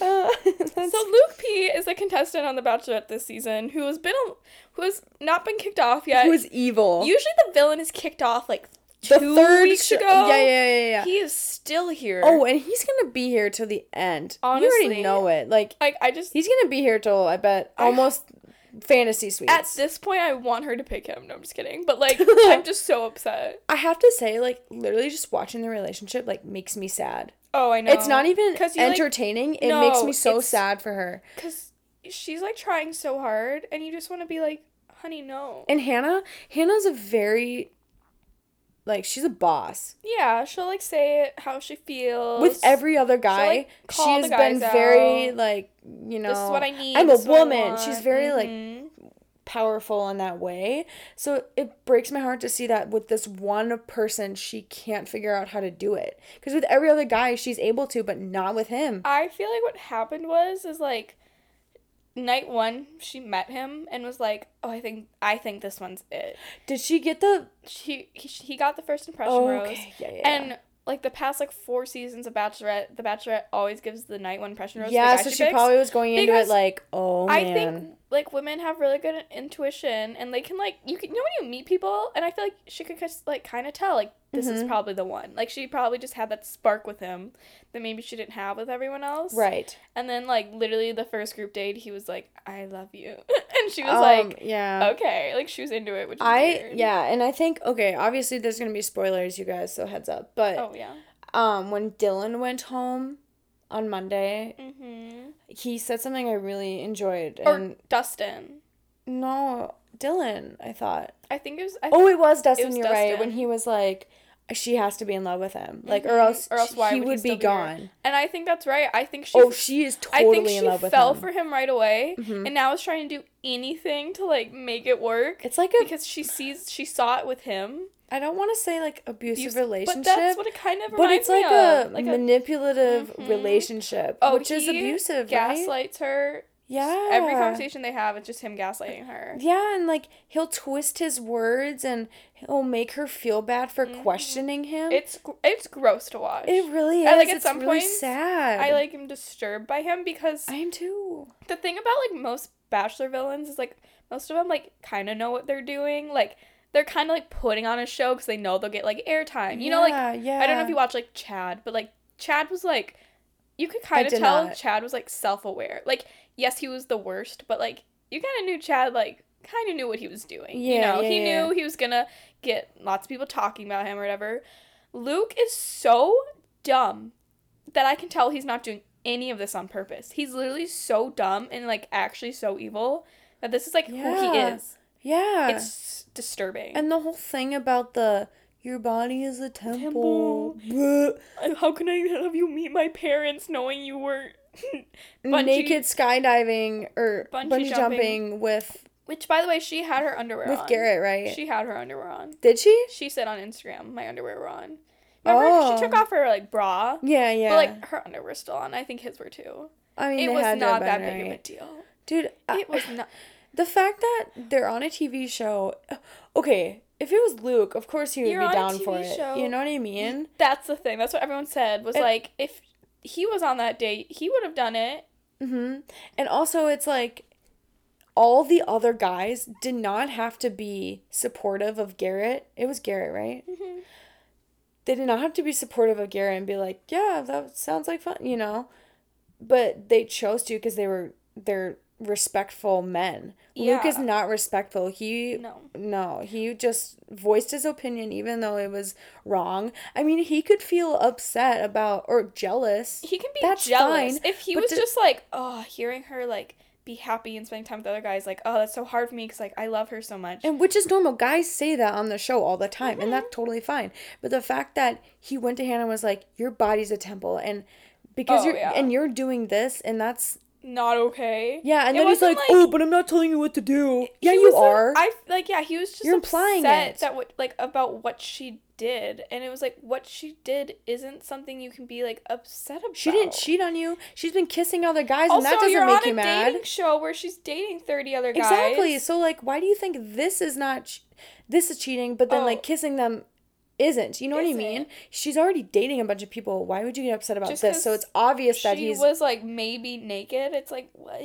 uh, that's- So Luke P is a contestant on The Bachelorette this season who has been a, who has not been kicked off yet. it was evil. Usually the villain is kicked off like the two third weeks show- ago. Yeah, yeah, yeah, yeah. He is still here. Oh, and he's gonna be here till the end. you Honestly. already know it. Like like I just he's gonna be here till I bet I- almost fantasy suites. at this point I want her to pick him. No, I'm just kidding. But like I'm just so upset. I have to say, like literally, just watching the relationship like makes me sad. Oh, I know. It's not even 'Cause you, like- entertaining. it makes No, me so it's- sad for her. because she's like trying so hard, and you just want to be like, honey, no. And Hannah, Hannah's a very like she's a boss. yeah, she'll like say how she feels With every other guy, she call has the been guys very out. like you know. This is what I need. I'm a this is what I woman. She's want. very, like, Mhm. powerful in that way. So it breaks my heart to see that with this one person, she can't figure out how to do it. Because with every other guy, she's able to, but not with him. I feel like what happened was is like night one she met him and was like, "Oh, I think I think this one's it." Did she get the? She he, he got the first impression Oh, rose. okay. Yeah, yeah. And like the past like four seasons of Bachelorette, the Bachelorette always gives the night one impression yeah, rose. to yeah the guy so she she picks. probably was going into it Because like, oh man. I think like women have really good intuition and they can like you can you know when you meet people and I feel like she could just like kind of tell like this is Mhm. probably the one. Like she probably just had that spark with him that maybe she didn't have with everyone else. right. And then like literally the first group date, he was like, "I love you," and she was Um, like, yeah. "Okay," like she was into it, which is I weird. yeah, and I think okay. Obviously, there's gonna be spoilers, you guys. So heads up. But Oh yeah. um, when Dylan went home on Monday, Mm-hmm. he said something I really enjoyed. And Or Dustin. no, Dylan, I thought. I think it was. I Oh, it was Dustin. was you're right. When Dustin. he was like, she has to be in love with him, like, or Mhm. else, Or else why he would would, he be still be here? gone. and I think that's right. I think she. oh, she is I totally think she in love with fell him. for him right away, Mhm. and now is trying to do anything to like make it work It's like a. because she sees she saw it with him. I don't want to say like abusive Abuse- relationship, But that's what it kind of but reminds it's like me a of. Like a manipulative Mhm. relationship, Oh, which is he abusive, right? gaslights her. Yeah. Every conversation they have, it's just him gaslighting her. Yeah, and like he'll twist his words and he'll make her feel bad for Mhm. questioning him. It, It's gr- it's gross to watch. really is. I, like, at it's some really points, sad. I like am disturbed by him because I am too. the thing about like most bachelor villains is like most of them like kind of know what they're doing. Like they're kind of like putting on a show because they know they'll get like airtime. You know, like Yeah, yeah. I don't know if you watch like Chad, but like Chad was like you could kind of did tell not. Chad was like self-aware. Like yes, he was the worst, but like you kind of knew Chad like kind of knew what he was doing. you Yeah, know, yeah, he yeah. knew he was going to get lots of people talking about him or whatever. Luke is so dumb that I can tell he's not doing any of this on purpose. He's literally so dumb and like actually so evil that this is like who he Yeah. is. Yeah. It's disturbing. and the whole thing about the your body is a temple. Temple. And how can I have you meet my parents knowing you weren't? Bleh. Bungee- Naked skydiving or Bungee bungee, jumping, jumping. with Which, by the way, she had her underwear with on. Garrett, right? She had her underwear on. Did she? She said on Instagram, "My underwear were on." Remember, Oh. she took off her like bra, Yeah, yeah. but like her underwear was still on. I think his were too. I mean, it they was had Uh. to not have that been, big of a right? deal. dude. I- It was not. The fact that they're on a TV show, okay. If it was Luke, of course he would You're on be a down TV for it. show. You know what I mean? That's the thing. That's what everyone said. Was And- like, if he was on that date, he would have done it. hmm And also, it's like all the other guys did not have to be supportive of Garrett. It was Garrett, right? Mm-hmm. They did not have to be supportive of Garrett and be like, "Yeah, that sounds like fun," you know. But they chose to because they were they're respectful men. Luke is Yeah. not respectful. He No. No, he just voiced his opinion even though it was wrong. I mean, he could feel upset about or jealous. He can be That's jealous. fine, if he but was d- just like, oh, hearing her like be happy and spending time with other guys, like, oh, that's so hard for me because like I love her so much. And which is normal. Guys say that on the show all the time, and that's totally fine. But the fact that he went to Hannah and was like, "Your body's a temple," and because Oh, you're yeah. and you're doing this, and that's not okay. yeah. And It then he's like, wasn't "Oh, but I'm not telling you what to do." Yeah, he you was, like- are. I like yeah. He was just You're implying implying upset it. that what like about what she did, and it was like what she did isn't something you can be like upset about. she didn't cheat on you. She's been kissing other guys, Also, and that doesn't you're make on you a mad. dating show where she's dating thirty other guys. Exactly. So like, why do you think this is not? Ch- this is cheating, but then Oh. like kissing them isn't. You know what I Isn't. mean? She's already dating a bunch of people. Why would you get upset about Just this? So 'cause it's obvious that She he's was like maybe naked. It's like what?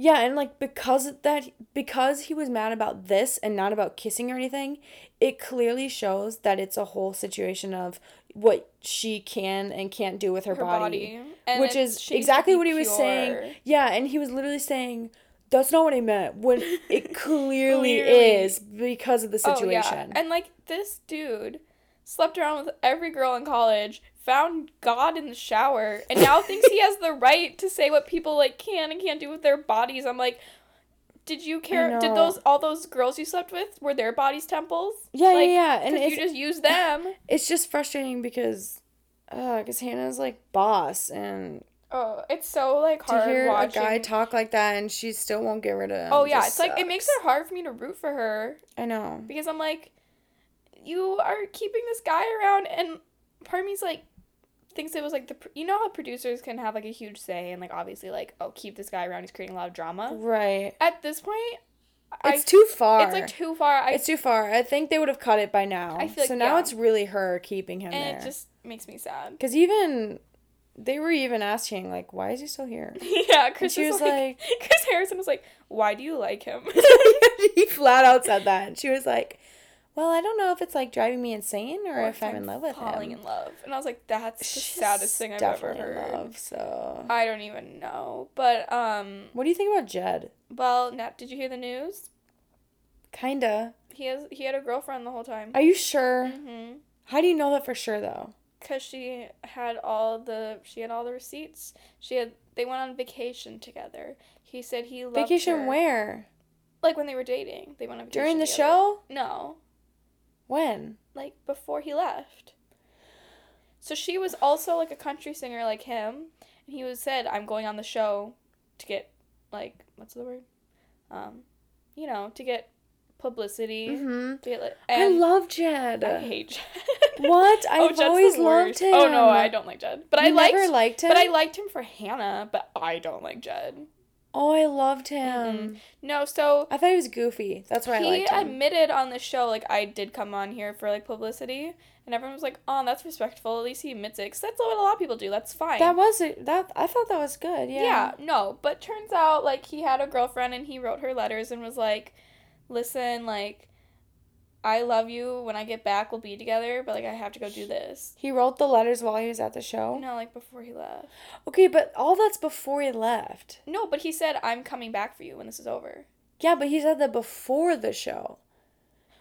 Yeah, and like because of that because he was mad about this and not about kissing or anything, it clearly shows that it's a whole situation of what she can and can't do with her, Her body, body, And which it's- is she needs to exactly be what he was pure. saying. Yeah, and he was literally saying that's not what I meant when it clearly, Clearly. Oh, is because of the situation. And like this dude slept around with every girl in college, found God in the shower, and now thinks he has the right to say what people like can and can't do with their bodies. I'm like, did you care? Did know. those all those girls you slept with were their bodies temples? yeah, like, yeah, yeah, and 'Cause it's you just used them. it's just frustrating because uh cuz Hannah's like boss and Oh, it's so like to hard hear watching. a guy talk like that and she still won't get rid of him. oh yeah, just it's like it makes sucks. it hard for me to root for her I know. because I'm like, you are keeping this guy around, and part of me's like, thinks it was like the pr- you know how producers can have like a huge say and like obviously like oh keep this guy around he's creating a lot of drama. Right. At this point, I It's too far. it's like too far. I It's too far. I think they would have cut it by now. I feel like- so now yeah. it's really her keeping him and it there. just makes me sad. Cause even they were even asking like, why is he still here? yeah, Chris she was was like, Chris Harrison was like, why do you like him? he flat out said that, and she was like, "Well, I don't know if it's like driving me insane or, if I'm in love with falling him." in love, and I was like, that's the She's saddest thing I've ever definitely in heard. love, so, I don't even know, but um, what do you think about Jed? well, Nat, did you hear the news? Kinda. He has he had a girlfriend the whole time. Are you sure? hmm How do you know that for sure though? Cause she had all the she had all the receipts. She had they went on vacation together. He said he loved Vacation her. where? Like when they were dating, they went on vacation During the together. show? No, When? like before he left. So she was also like a country singer like him, and he was said, "I'm going on the show to get like what's the word, um, you know, to get publicity." Mm-hmm. To get, like, I and love Jed. I hate Jed. What? I've Oh, Jed's the always loved worst. Oh no, him. I don't like Jed. But I You liked, never liked him. but I liked him for Hannah. But I don't like Jed. oh, I loved him. No, so I thought he was goofy. That's why I he liked him. admitted on the show like I did come on here for like publicity, and everyone was like, "Oh, that's respectful. At least he admits it. 'Cause that's what a lot of people do. That's fine." That was a, that. I thought that was good. Yeah. yeah. no. But turns out like he had a girlfriend, and he wrote her letters and was like, "Listen, like." I love you. When I get back, we'll be together. But like, I have to go do this. He wrote the letters while he was at the show. No, like before he left. Okay, but all that's before he left. No, but he said, I'm coming back for you when this is over. Yeah, but he said that before the show.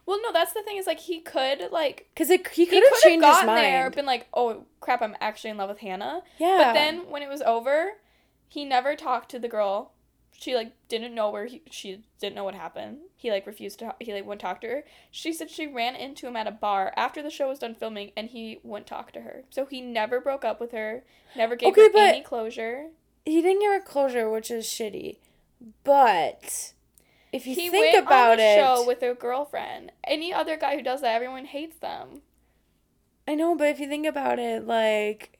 Well, no, that's the thing is like he could like Cause it, he he could have could have changed his gotten mind. there, been like, oh crap, I'm actually in love with Hannah. yeah. But then when it was over, he never talked to the girl. she like didn't know where he, she didn't know what happened. He like refused to he like wouldn't talk to her. She said she ran into him at a bar after the show was done filming and he wouldn't talk to her. So he never broke up with her, never gave Okay, her but- any closure. He didn't give her closure, which is shitty. But if you he think went about on the it, show with her girlfriend. Any other guy who does that, everyone hates them. I know, but if you think about it, like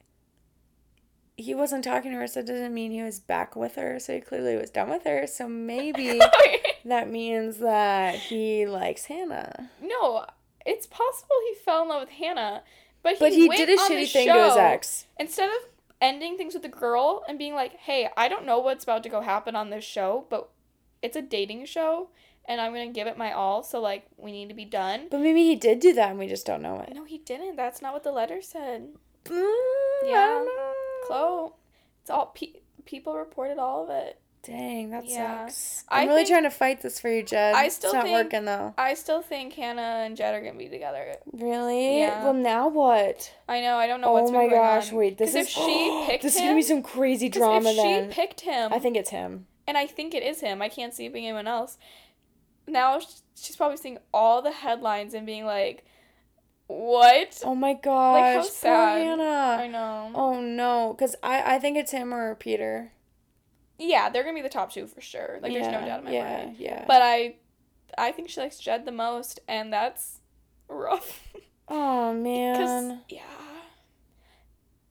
he wasn't talking to her, so it doesn't mean he was back with her. So he clearly was done with her. So maybe that means that he likes Hannah. no, it's possible he fell in love with Hannah, but he, But he went did a on the shitty thing to his show. ex. instead of ending things with a girl and being like, "Hey, I don't know what's about to go happen on this show, but it's a dating show and I'm going to give it my all, so like we need to be done." But maybe he did do that, and we just don't know it. No, he didn't. That's not what the letter said. Mm, I Yeah. don't know. Chloe, it's all pe- people reported all of it. Dang, that Yeah. sucks. I I'm really think- trying to fight this for you, Jed. I still it's not think- working though. I still think Hannah and Jed are going to be together. Really? Yeah. Well, now what? I know. I don't know oh what's my been going gosh! on. Wait, this 'Cause is if she picked this is him, gonna be some crazy 'cause drama if then. she picked him, I think it's him. and I think it is him. I can't see it being anyone else. Now sh- she's probably seeing all the headlines and being like, "What?" Oh my gosh! how poor sad. I Hannah. know. Oh no, because I I think it's him or Peter. Yeah, they're gonna be the top two for sure. Like, there's no doubt in my yeah, mind. Yeah, But I, I think she likes Jed the most, and that's rough. oh 'Cause- man, yeah.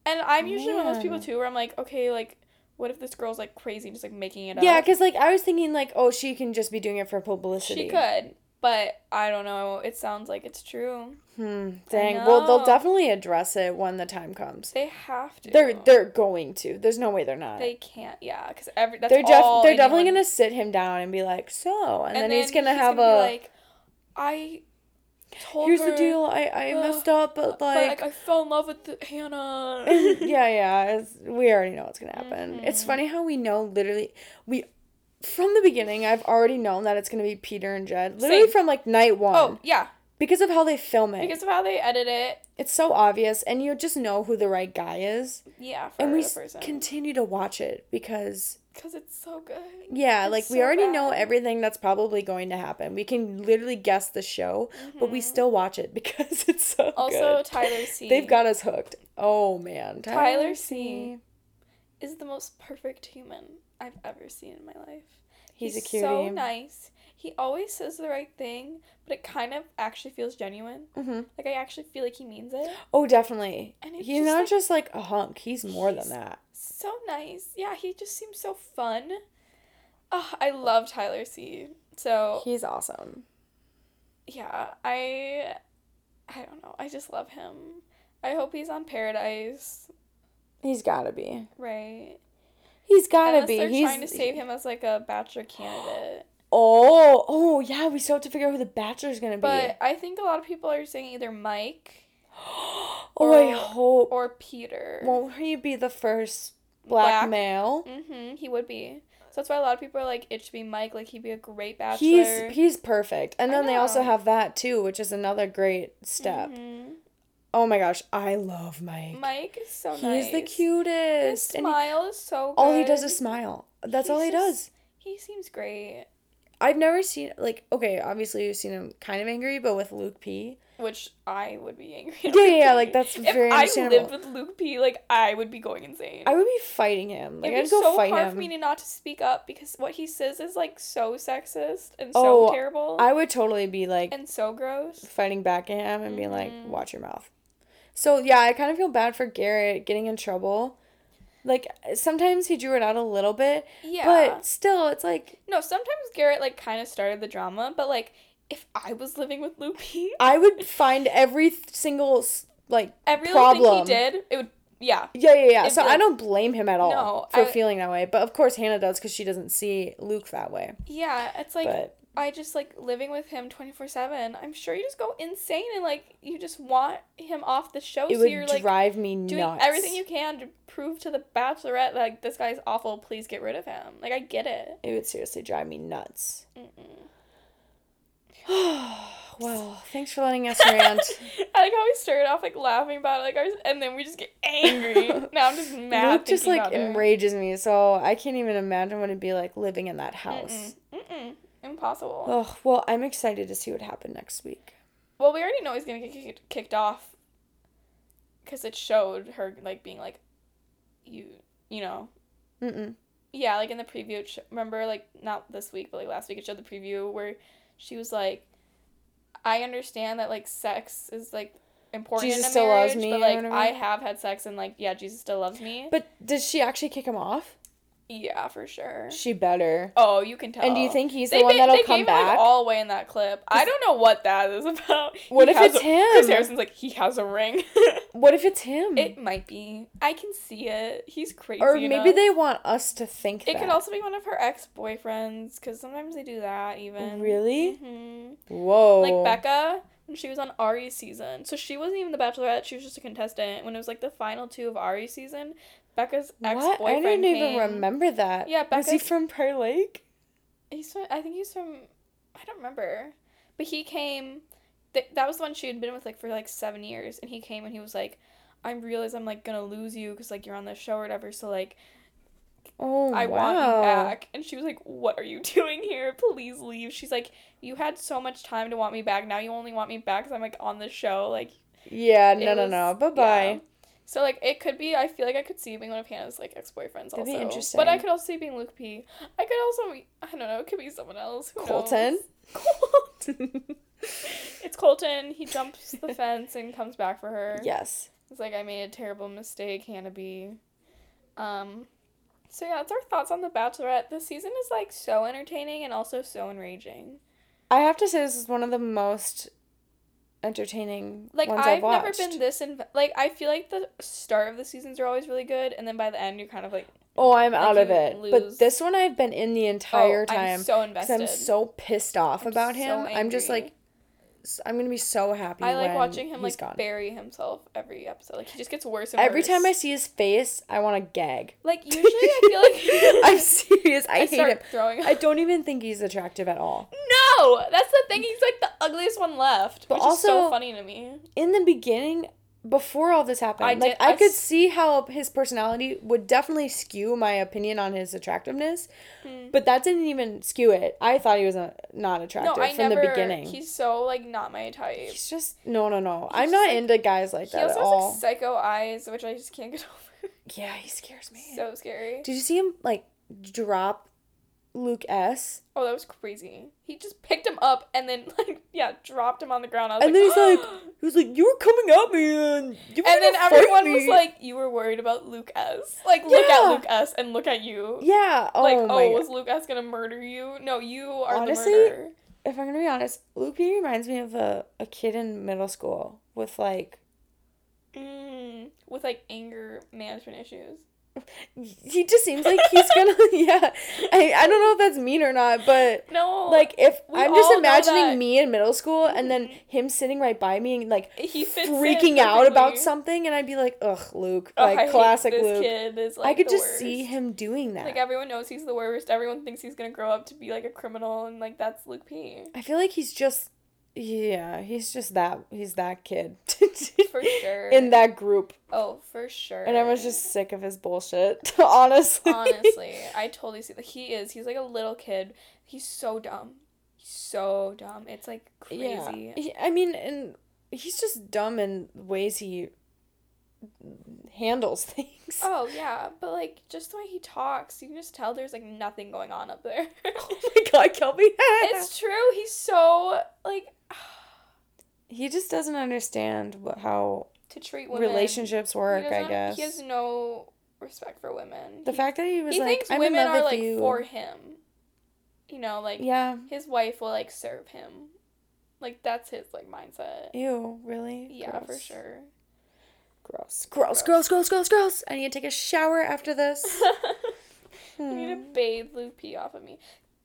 And I'm usually one of those people Man. too, where I'm like, okay, like, what if this girl's like crazy, and just like making it up? yeah, because like I was thinking like, oh, she can just be doing it for publicity. she could. But I don't know. It sounds like it's true. Hmm. Dang. Well, they'll know. definitely address it when the time comes. They have to. They're they're going to. There's no way they're not. They can't, yeah, because every that's they're def- all they're definitely anyone- gonna sit him down and be like, so, and, And then, he's gonna have be a. like, I told Here's her, the deal. I I uh, messed up, but but, like. like I fell in love with the- Hannah. yeah, yeah. It's, we already know what's gonna happen. It's Mhm. funny how we know literally we from the beginning. I've already known that it's gonna be Peter and Jed. Literally Same. from like night one Oh yeah, because of how they film it. because of how they edit it. it's so obvious, and you just know who the right guy is. Yeah, for And we the s- person continue to watch it because because it's so good. yeah, It's like we so already know bad. everything that's probably going to happen. We can literally guess the show, Mm-hmm. but we Mhm. still watch it because it's so also good. Tyler C. They've got us hooked. Oh man, Tyler C. is the most perfect human I've ever seen in my life. He's, a cutie. so nice. He always says the right thing, but it kind of actually feels genuine. hmm Like I actually feel like he means it. Oh, definitely. And it's He's just, not like- just like a hunk. He's more than He's- that. So nice. Yeah, he just seems so fun. Oh, I love Tyler C. So He's awesome. yeah, I I don't know. I just love him. I hope he's on Paradise, He's gotta be. right? He's gotta Unless be. they're He's trying to save him as like a bachelor candidate. Oh, oh yeah. We still have to figure out who the bachelor's gonna be. But I think a lot of people are saying either Mike oh, I or- hope. or Peter. Won't he be the first black, Black. male? Mm-hmm, he would be. So that's why a lot of people are like, it should be Mike. Like he'd be a great bachelor. He's he's perfect. And I then they also know. have that too, which is another great step. Mhm. Oh my gosh, I love Mike. Mike is so He's nice. the His cutest. And he- smile is so. Good. all he does is smile. That's all He's he just- does. He seems great. I've never seen like okay, obviously you've seen him kind of angry, but with Luke P. Which I would be angry. Yeah, at Luke yeah, yeah, P. like, that's if very I understandable. lived with Luke P, like I would be going insane. I would be fighting him. Like It'd I'd be go so fight hard for him. me to not to speak up because what he says is like so sexist and Oh, so terrible I would totally be like and so gross. fighting back at him and being like, Mhm. "Watch your mouth." So yeah, I kind of feel bad for Garrett getting in trouble. Like sometimes he drew it out a little bit, Yeah. but still, it's like no, sometimes Garrett like kind of started the drama, but like if I was living with Luke P, I would find every th- single s- like every little thing he problem. did, it would yeah. Yeah, yeah, yeah. It'd So be I like- don't blame him at all No, for I- feeling that way. But of course, Hannah does because she doesn't see Luke that way. Yeah, it's like but I just like living with him 24/7. I'm sure you just go insane and like you just want him off the show it oh, so would you're like drive me doing nuts. everything you can to prove to the bachelorette like this guy's awful please get rid of him like i get it It would seriously drive me nuts. Mm-mm. Well, thanks for letting us rant. I like how we started off like laughing about it, like ours, and then we just get angry. now I'm just mad. Luke just thinking like about it. enrages me, so I can't even imagine what it'd be like living in that house. Mm-mm, mm-mm, impossible. Well, Oh well, I'm excited to see what happened next week. we already know he's gonna get kicked- kicked off. Cause it showed her like being like, you you know Mm-mm. yeah like in the preview it sh- remember like not this week but like last week it showed the preview where she was like, I understand that like sex is like important Jesus in a still marriage, loves me," but or like whatever. I have had sex and like yeah Jesus still loves me But does she actually kick him off? yeah for sure She better. oh you can tell And do you think he's They the one ba- that'll they come gave It, back? like, all the way in that clip. I don't know what that is about. What He if has it's a- Chris him? Harrison's like he has a ring. what if it's him? it might be. I can see it. He's crazy. or you maybe know? they want us to think It that. could also be one of her ex boyfriends because sometimes they do that even. Really? Oh. hmm Whoa. Like Becca, when she was on Ari's season, so she wasn't even the Bachelorette. She was just a contestant. When it was like the final two of Ari's season, Becca's ex What? boyfriend. I didn't even remember that. Yeah, Was he Becca's- from Prior Lake? He's from, I think he's from, I don't remember. But he came, th- that was the one she had been with like for like seven years. And he came and he was like, I realize I'm like gonna lose you because like you're on this show or whatever. So like, Oh, I wow. want you back. And she was like, What are you doing here? Please leave. She's like, You had so much time to want me back. Now you only want me back because I'm like on this show. Like, Yeah, it no, no, was- no. Bye yeah. bye. So like it could be I feel like I could see it being one of Hannah's like ex boyfriends also. That'd be interesting. But I could also see it being Luke P. I could also be- I don't know, it could be someone else. Who knows? Colton? Colton. it's Colton. He jumps the fence and comes back for her. Yes. It's like I made a terrible mistake, Hannah B. Um so yeah, that's our thoughts on The Bachelorette. This season is like so entertaining and also so enraging. I have to say, this is one of the most entertaining Like ones I've, I've, never watched. been this in like I feel like the start of the seasons are always really good and then by the end you're kind of like oh, I'm like, out of you it. lose- But this one I've been in the entire oh, time. I'm so 'cause invested. I'm so pissed off I'm about so him. I'm just angry. like, s- I'm gonna be so happy. I like when watching him he's like gone. bury himself every episode. Like he just gets worse and Every worse. time I see his face, I want to gag. like usually I feel like I'm serious. I, hate start him. throwing. I don't even think he's attractive at all. No, that's the thing. He's like the ugliest one left, But which is so also- funny to me. In the beginning, before all this happened, I like did- I, I could s- see how his personality would definitely skew my opinion on his attractiveness, Hmm. but that didn't even skew it. I thought he was uh, not No, attractive I from never. the beginning. He's, He's so like not my type. just no, no, no. I'm just, not like- into guys like He that at also all. has like psycho eyes, which I just can't get over. yeah, he scares me. so scary. Did you see him like drop Luke S? Oh, that was crazy. He just picked him up and then like yeah, dropped him on the ground. I was And like, then he's like, he was like, "You were coming at me, and you were And then gonna fight everyone me." was like, "You were worried about Luke S. Like, look at Yeah. Luke S. and look at you. "Yeah, oh like, my oh, God. was Luke S. gonna murder you? No, you are Honestly, the murderer. if I'm gonna be honest, Luke P reminds me of a, a kid in middle school with like Mm, with like anger management issues. he just seems like he's gonna yeah. I, I don't know if that's mean or not, but No, like if we I'm just all know that- Mm-hmm. imagining me in middle school and then him sitting right by me and like he fits in freaking out about perfectly. something and I'd be like, Ugh, Luke. Ugh, Oh, I Like hate classic this Luke. Kid is, I like, could the just see worst. him doing that. Like everyone knows he's the worst. Everyone thinks he's gonna grow up to be like a criminal, and like that's Luke P. I feel like he's just yeah, he's just that he's that kid. For sure. In that group. Oh, for sure. And I was just sick of his bullshit, honestly. Honestly, I totally see that. He is. He's like a little kid. He's so dumb. He's so dumb. It's like crazy. Yeah. He- I mean, and he's just dumb in ways he handles things. Oh yeah, but like just the way he talks, you can just tell there's like nothing going on up there. my god, kill me. it's true. He's so like he just doesn't understand what, how to treat women. relationships He work, I doesn't- guess. He has no respect for women. the he, fact that he was he like, thinks I'm women in love are with like you. for him. You know, like yeah. his wife will like serve him. Like that's his like mindset. Ew, really? Yeah, for Gross. sure. Gross. Gross, gross, gross, gross, gross. I need to take a shower after this. I need Mm. to bathe Luke P off of me.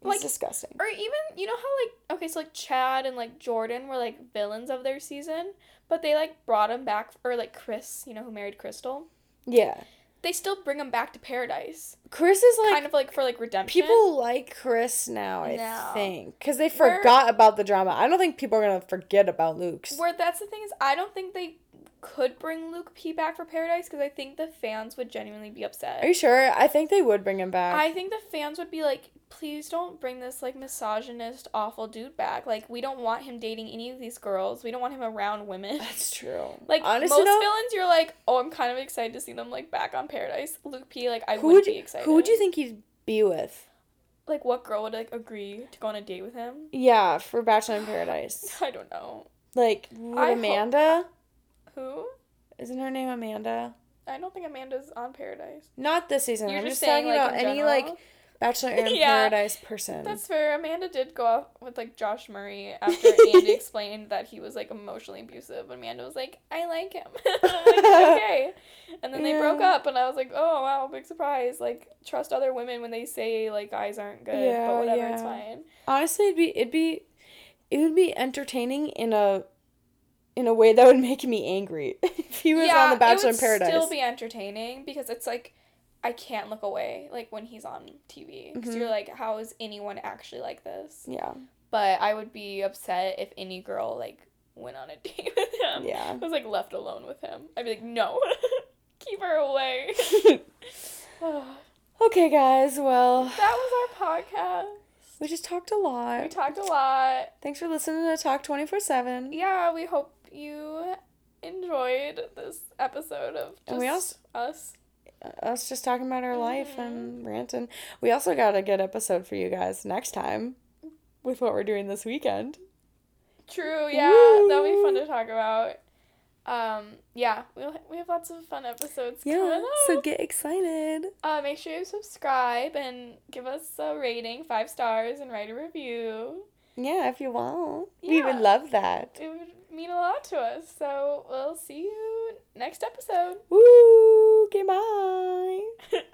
like- it's disgusting. Or even, you know how like okay, so like Chad and like Jordan were like villains of their season, but they like brought him back or like Chris, you know, who married Crystal. Yeah. they still bring him back to paradise, Chris is like kind of like for like redemption. people like Chris now. I No. think because they We're- forgot about the drama. I don't think people are gonna forget about Luke's. where that's the thing is, I don't think they could bring Luke P back for paradise because I think the fans would genuinely be upset. Are you sure? I think they would bring him back. I think the fans would be like, please don't bring this like misogynist, awful dude back. Like we don't want him dating any of these girls. We don't want him around women. That's true. Like honestly, most though, villains, you're like, oh, I'm kind of excited to see them like back on Paradise. Luke P, like I who would would be you, excited. who would you think he'd be with? Like what girl would like agree to go on a date with him? Yeah, for Bachelor in Paradise. I don't know. Like would I hope- Amanda? Who? Isn't her name Amanda? I don't think Amanda's on Paradise. Not this season. You're I'm just, just saying, talking like, about in any general? like Bachelor in Yeah. Paradise person. That's fair. Amanda did go off with like Josh Murray after Andy explained that he was like emotionally abusive. Amanda was like, "I like him." I'm like, okay. And then they broke Yeah. up, and I was like, "Oh wow, big surprise!" Like trust other women when they say like guys aren't good, Yeah, but whatever, it's yeah. fine. Honestly, it'd be it'd be it would be entertaining in a in a way that would make me angry if he was on The Bachelor it would in Paradise. still be entertaining because it's like I can't look away like when he's on TV because Mhm. you're like, how is anyone actually like this? yeah, But I would be upset if any girl like went on a date with him. yeah. I was like left alone with him. I'd be like, no, keep her away. that okay, guys. Well, was our podcast. we just talked a We lot. talked a lot. Thanks for listening to Talk Twenty Four Seven. Yeah, we hope you enjoyed this episode of just And we us. Uh, Us just talking about our life Mm-hmm. and ranting. We also got a good episode for you guys next time with what we're doing this weekend. True, yeah, that'll be fun to talk about. Um, yeah, we we have lots of fun episodes Yeah. coming So up. get excited. uh, make sure you subscribe and give us a rating, five stars, and write a review. Yeah, if you want. We Yeah. would love that. It would mean a lot to us. So we'll see you next episode. Woo! Okay, bye.